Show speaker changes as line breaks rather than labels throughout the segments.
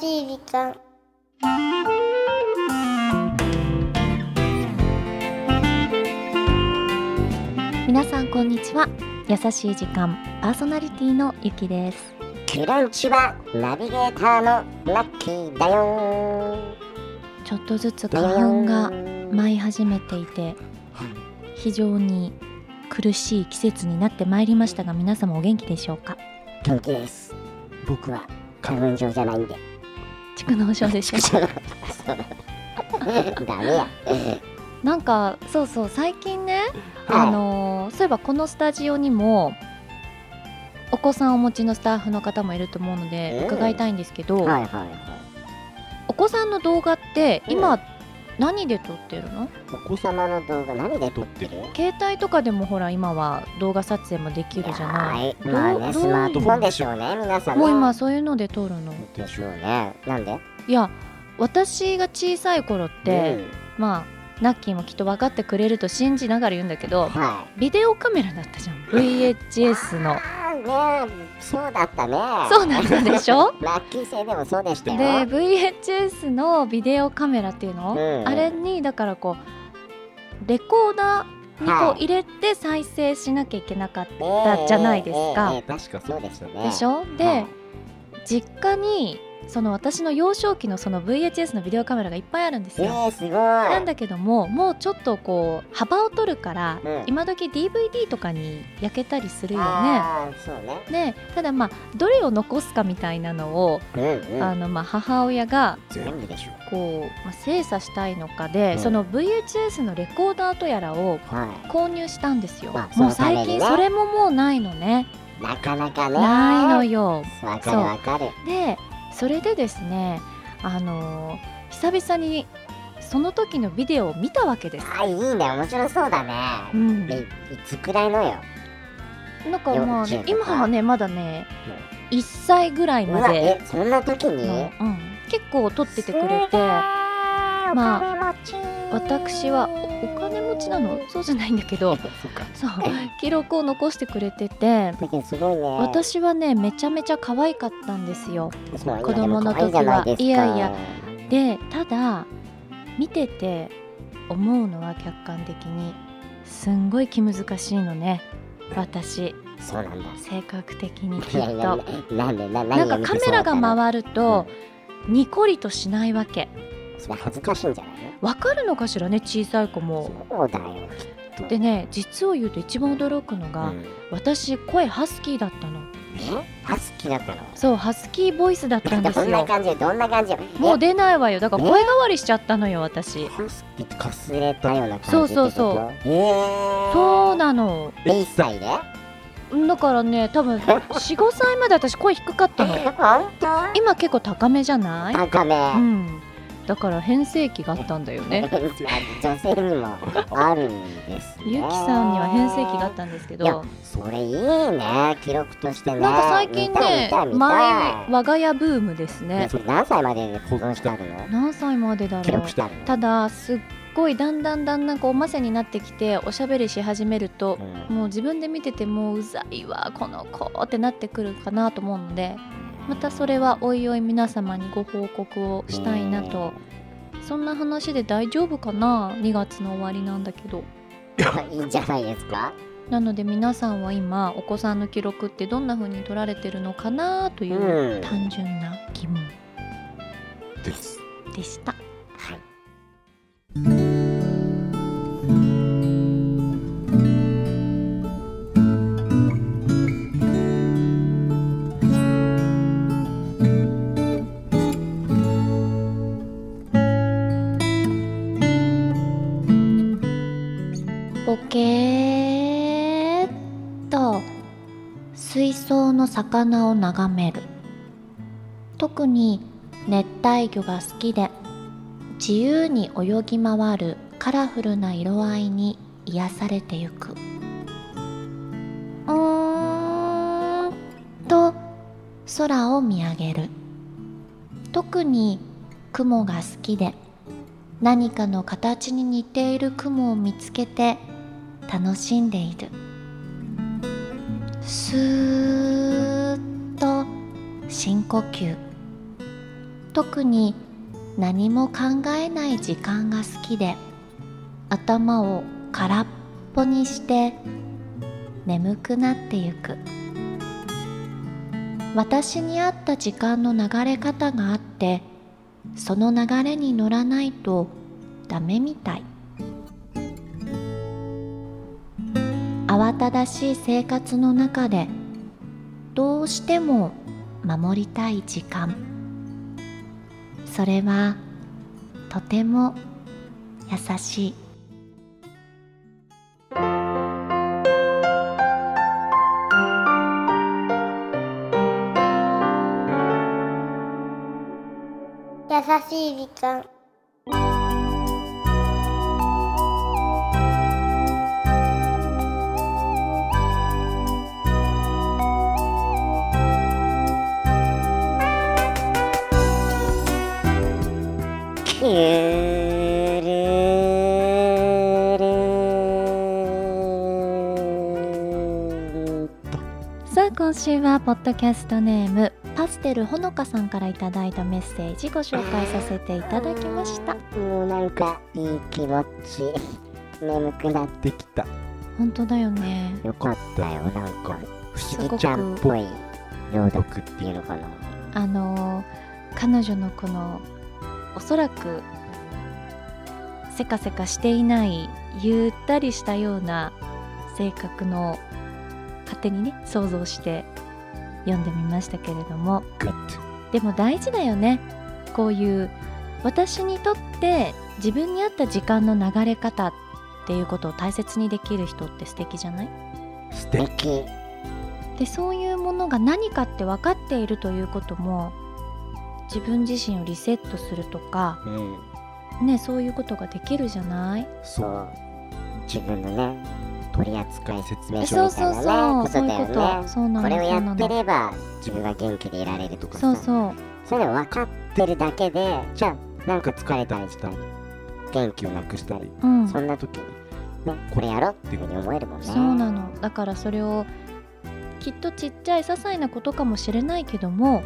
しい時間
皆さんこんにちは優しい時間パーソナリティのゆきです
キランチはナビゲーターのラッキーだよ
ちょっとずつ
ー。
花粉が
は
舞い始めていて
い
非常に苦しい季節になってまいりましたが皆様お元気でしょうか
元気です。僕は花粉症じ ゃないんで。
蓄能症でしょ
ダメや。
なんかそうそう最近ねあのーそういえばこのスタジオにもお子さんをお持ちのスタッフの方もいると思うので
うん
伺いたいんですけど、
はいはいはい。
お子さんの動画って
う
今何で撮ってるの
お子様の動画何で撮ってる？
携帯とかでもほら今は動画撮影もできるじゃない
いやーまあ
どう
ね、スマートフォンでしょうね、皆さんね。
もう今そういうので撮るの
でしょうね。なんで？
いや私が小さい頃って、まあナッキーもきっと分かってくれると信じながら言うんだけ
うん、
ど
はい。
ビデオカメラだったじゃん VHS の
あーねえ、そうだったね。
そうだったでしょ
ラッキー星でもそうでした
で
よ。
VHS のビデオカメラっていうの、
うん
あれにだからこうレコーダーにこ
は
う
い
入れて再生しなきゃいけなかっ
ええ
たじゃないですか
ええええ確かそうでした
た
ね。
でしょ、で、
はい
実家にその私の幼少期のその VHS のビデオカメラがいっぱいあるんです
え
よ。
ー、すごい。
な
なん
だけどももうちょっとこう幅を取るから、
うん
今時 DVD とかに焼けたりするよね。
あーそうね。
でただまあどれを残すかみたいなのを、
うんう
あ
ん。
のまあ母親が
全部でしょ。
こう、まあ、精査したいのかで、
うん
その VHS のレコーダーとやらを
は
購入したんですよ。
まあ
もう
そのため
最
にね
近それももうないのね。
い。なかなかね。
ないの。よ。
わかるわかる。
でそれでですねあのー久々にその時のビデオを見たわけです。
あーいいね面白そうだ
う
ね。
ん、
えいつくらいのよ。
なんかまあ
幼稚園とか
今はねまだね1歳ぐらいうま
わ
で
えそんな時に。
の、うん、結構撮っててくれ
すげ
て
ー
まあ
お金持ち
私はおお金持ちなのそうじゃないんだけ ど
そっか。
そう記録を残してくれてて
だけどすごいね。
私はねめちゃめちゃ可愛かったんですよ。
そう
子供の時は
今でも可愛いじゃないですか
いやいや。でただ見てて思うのは客観的にすんごい気難しいのね私
そうなんだ。
性格的に
い
きっ
やいや
と。
なんでな
な
何
ん
が
か
見て
カ
そう
メ
だ
ラ
った
が
の
回るとニコリとしないわけ
それ恥ずかしいんじゃないの？
わかるのかしらね小さい子も。
そうだよ。きっと
でね実を言うと一番驚くのが、
うん
私声ハスキーだったの
えハスキーだったの
そうハスキーボイスだったんで
ど
す
んな
よ
感じどんな感じ
もう
で
出ないわよだから
え
声変わりしちゃったのよ私
ハスキーってかすれたような感じ
そうそうそう
ってことえー、
そうなの
1歳で
だからね多 分45歳まで私声低かったの
本当
今結構高めじゃない
高め、
う
ま
んだから変声期があったんだよね
あ女性にもあるんですね
ゆきさんには変声期があったんですけ
いや
ど
それいいね記録としてね
なんか最近ね
見たい見た
マ
い
イ
見
我が家ブームです
たい
ね
それ何歳まで保存してあるの
何歳までだ
記
ろう
録してあるの
ただすっごいだんだんだんだんこうマセになってきておしゃべりし始めると
うん
もう自分で見ててもううざいわこの子ってなってくるかなと思うのでまたそれはおいおい皆様にご報告をしたいなとそんな話で大丈夫かな2月の終わりなんだけど
うんいいんじゃないですか
なので皆さんは今お子さんの記録ってどんな風に取られてるのかなという
うん
単純な疑問
です
でした
はい
ポケーっと水槽の魚を眺める特に熱帯魚が好きで自由に泳ぎ回るカラフルな色合いに癒されてゆくうーんと空を見上げる特に雲が好きで何かの形に似ている雲を見つけて楽しんでいるスーッと深呼吸特に何も考えない時間が好きで頭を空っぽにして眠くなってゆく私に合った時間の流れ方があってその流れに乗らないとダメみたい慌ただしい生活の中でどうしても守りたい時間それはとても優しい
優しい時間
キュルルル
さあ今週はポッドキャストネームパステルほのかさんからいただいたメッセージご紹介させていただきました
もうなんかいい気持ち眠くなってきた
本当だよね
よかったよなんか不思議ちゃんっ
すご
ぽい朗読っていうのかな
あの彼女のこのおそらくせかせかしていないゆったりしたような性格の勝手にね想像して読んでみましたけれども
グッド
でも大事だよねこういう私にとって自分に合った時間の流れ方っていうことを大切にできる人って素敵じゃない
素敵
でそういうものが何かって分かっているということも自分自身をリセットするとか
うん
ねそういうことができるじゃない
そう自分のね取扱説明
え
書
そう
みた
そ
いうな
そう
ねこ
そ
と
うい
だよ
うこと
ね
そうな
これを
のそ
や
うな
って
の
れば自分が元気でいられるとか
そう
さ
そう
そういうの分かってるだけでじゃあなんか疲れたりしたり元気をなくしたり、
うん
そんな時に、ね、これやろうっていうふうに思えるもんね
そうなのだからそれをきっとちっちゃい些細なことかもしれないけども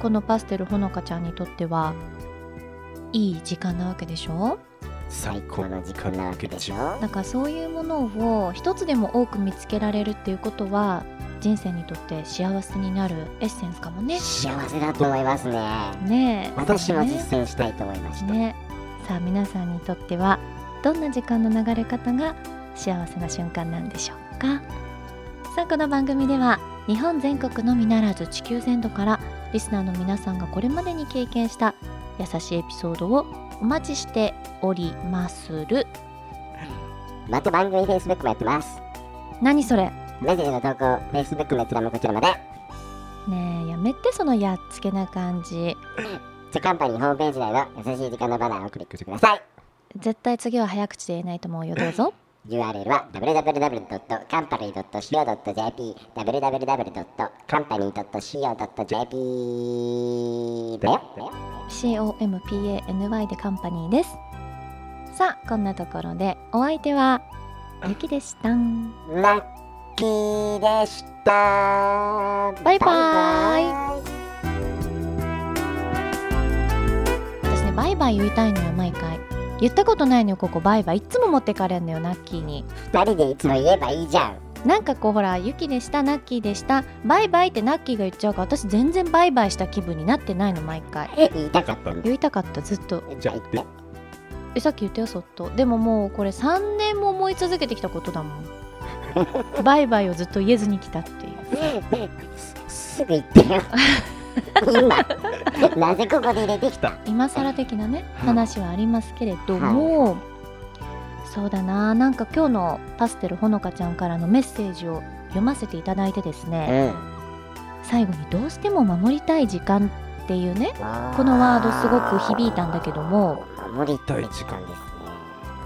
このパステルほのかちゃんにとってはいい時間なわけでしょ
最高の時間なわけでしょ
だからそういうものを一つでも多く見つけられるっていうことは人生にとって幸せになるエッセンスかもね。
幸せだと思いますね
ねえ
私も
ね
実践したいと思いました、
ねさあ皆さんにとってはどんな時間の流れ方が幸せな瞬間なんでしょうかさあこの番組では日本全国のみならず地球全土からリスナーの皆さんがこれまでに経験した優しいエピソードをお待ちしておりまする
また番組 Facebook もやってます
何それ
メッセージの投稿 Facebook の閲覧もこちらまで
ねえやめてそのやっつけな感じ
ジャカンパニーホームページ内の優しい時間のバナーをクリックしてください
絶対次は早口で言えないと思うよどうぞ
URL は www.company.co.jp www.company.co.jp だよ
COMPANY でカンパニーですさあこんなところでお相手はゆきでした
ラッキーでした
バイバイ
バイ
私ねバイバイ言いたいのよ毎回言ったことないのよここバイバイいつも持ってかれんのよナッキーに
二人でいつも言えばいいじゃん
なんかこうほらゆきでしたナッキーでしたバイバイってナッキーが言っちゃうから私全然バイバイした気分になってないの毎回
言いたかったんだ
言いたかったずっと
じゃあ言って
えさっき言ったよそっとでももうこれ3年も思い続けてきたことだも んバイバイをずっと言えずに来たっていう
すすぐ言ってよ今なぜここで入れてきた
今更的なね
はい
話はありますけれども、そうだななんか今日のパステルほのかちゃんからのメッセージを読ませていただいてですね、
こ
最後にどうしても守りたい時間っていうねこのワードすごく響いたんだけども
守りたい時間ですね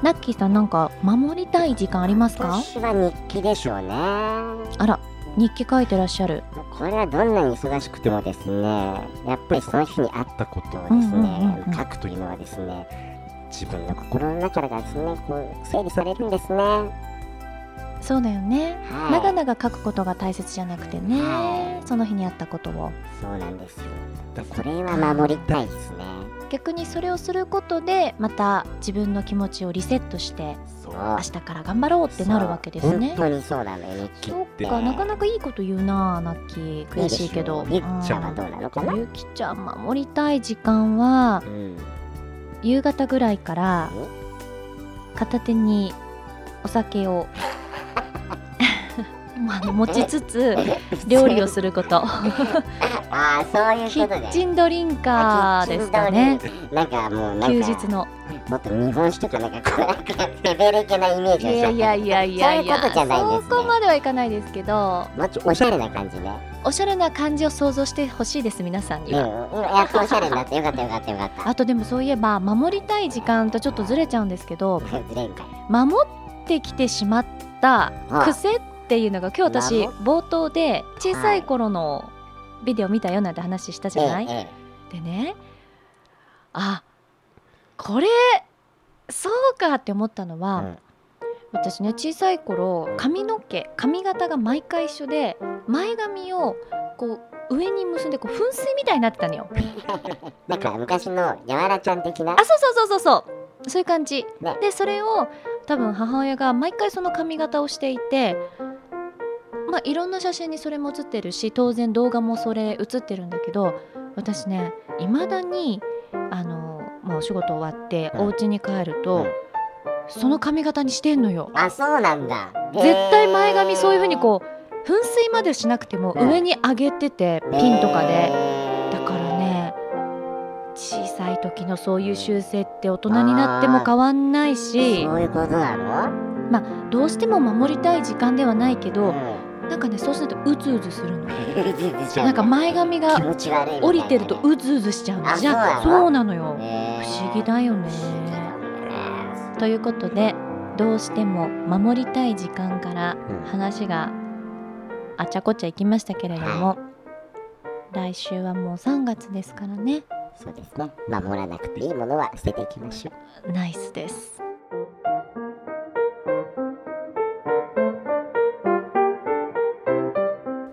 ナッキーさんなんか守りたい時間ありますか
私は日記でしょうね
あら日記書いてらっしゃる
これはどんなに忙しくてもですねやっぱりその日にあったことをです
うんうんう
ね
んうん
書くというのはですね自分の心の中がですねこう整理されるんですね
そうだよね
はい
長々書くことが大切じゃなくてね
は
その日にあったことを
そうなんですよ
だか
そ
ら
れは守りたいですね
逆にそれをすることでまた自分の気持ちをリセットして
そう
明
あ
日から頑張ろうってなるわけですね
本当にそうなのよ日記
そ
て
っかなかなかいいこと言うなあナッキー悔しいけど
ゆっちゃんはど
う
うなのかな、
ゆきちゃん守りたい時間は
うん
夕方ぐらいから片手にお酒を まああの持ち つつ 料理をすること
ああそういう
キ
こと
ッチ
で
ンドリンカーですかね
なんかもうなんか
休日の
もっと日本酒とかなんかこうなんかレベル系なイメー
い
ジをしち
や
ゃった
いやいやいやいや
そういうことじゃないんですね
そこまではいかないですけど
もうちょっとおしゃれな感じね
おしゃれな感じを想像してほしいです皆さん
うん
に
今
は。
やっとおしゃれになってよかったよかったよかった
あとでもそういえば守りたい時間とちょっとずれちゃうんですけど
ずれんかい
守ってきてしまった癖っていうのが今日私
な
冒頭で小さい頃のビデオ見たよなんて話したじゃない
ええ
でねあこれそうかって思ったのは、
うん
私ね小さい頃髪の毛髪型が毎回一緒で前髪をこう上に結んでこう噴水みたいになってたのよ
なんか昔のやわらちゃん的な
あそうそうそうそうそうそういう感じ、
ね
でそれを多分母親が毎回その髪型をしていてまあいろんな写真にそれも写ってるし当然動画もそれ写ってるんだけど私ねいまだにあのもうお仕事終わって
うん
お家に帰ると、
うん
その髪型にしてんのよ
あそうなんだ
絶対前髪そういう風にこう噴水までしなくても
うん
上に上げてて
う
ピンとかでだ
だ
からね小さい時のそういう習性って大人になっても変わんないし
そういうことなの
どうしても守りたい時間ではないけ
う
ど
ん
なんかねそうするとうずうずするのな
なん
か前髪
気
が
持ち悪いみたいなね
降りてるとうずうずしちゃうの
あ
じゃあ
そうなの
そうなのよ
え
不
ー
思議だよね
不思議だね
ということでどうしても守りたい時間から
うん
話があちゃこちゃいきましたけれども、来週はもう3月ですからね
そうですね守らなくていいものは捨てていきましょう
ナイスです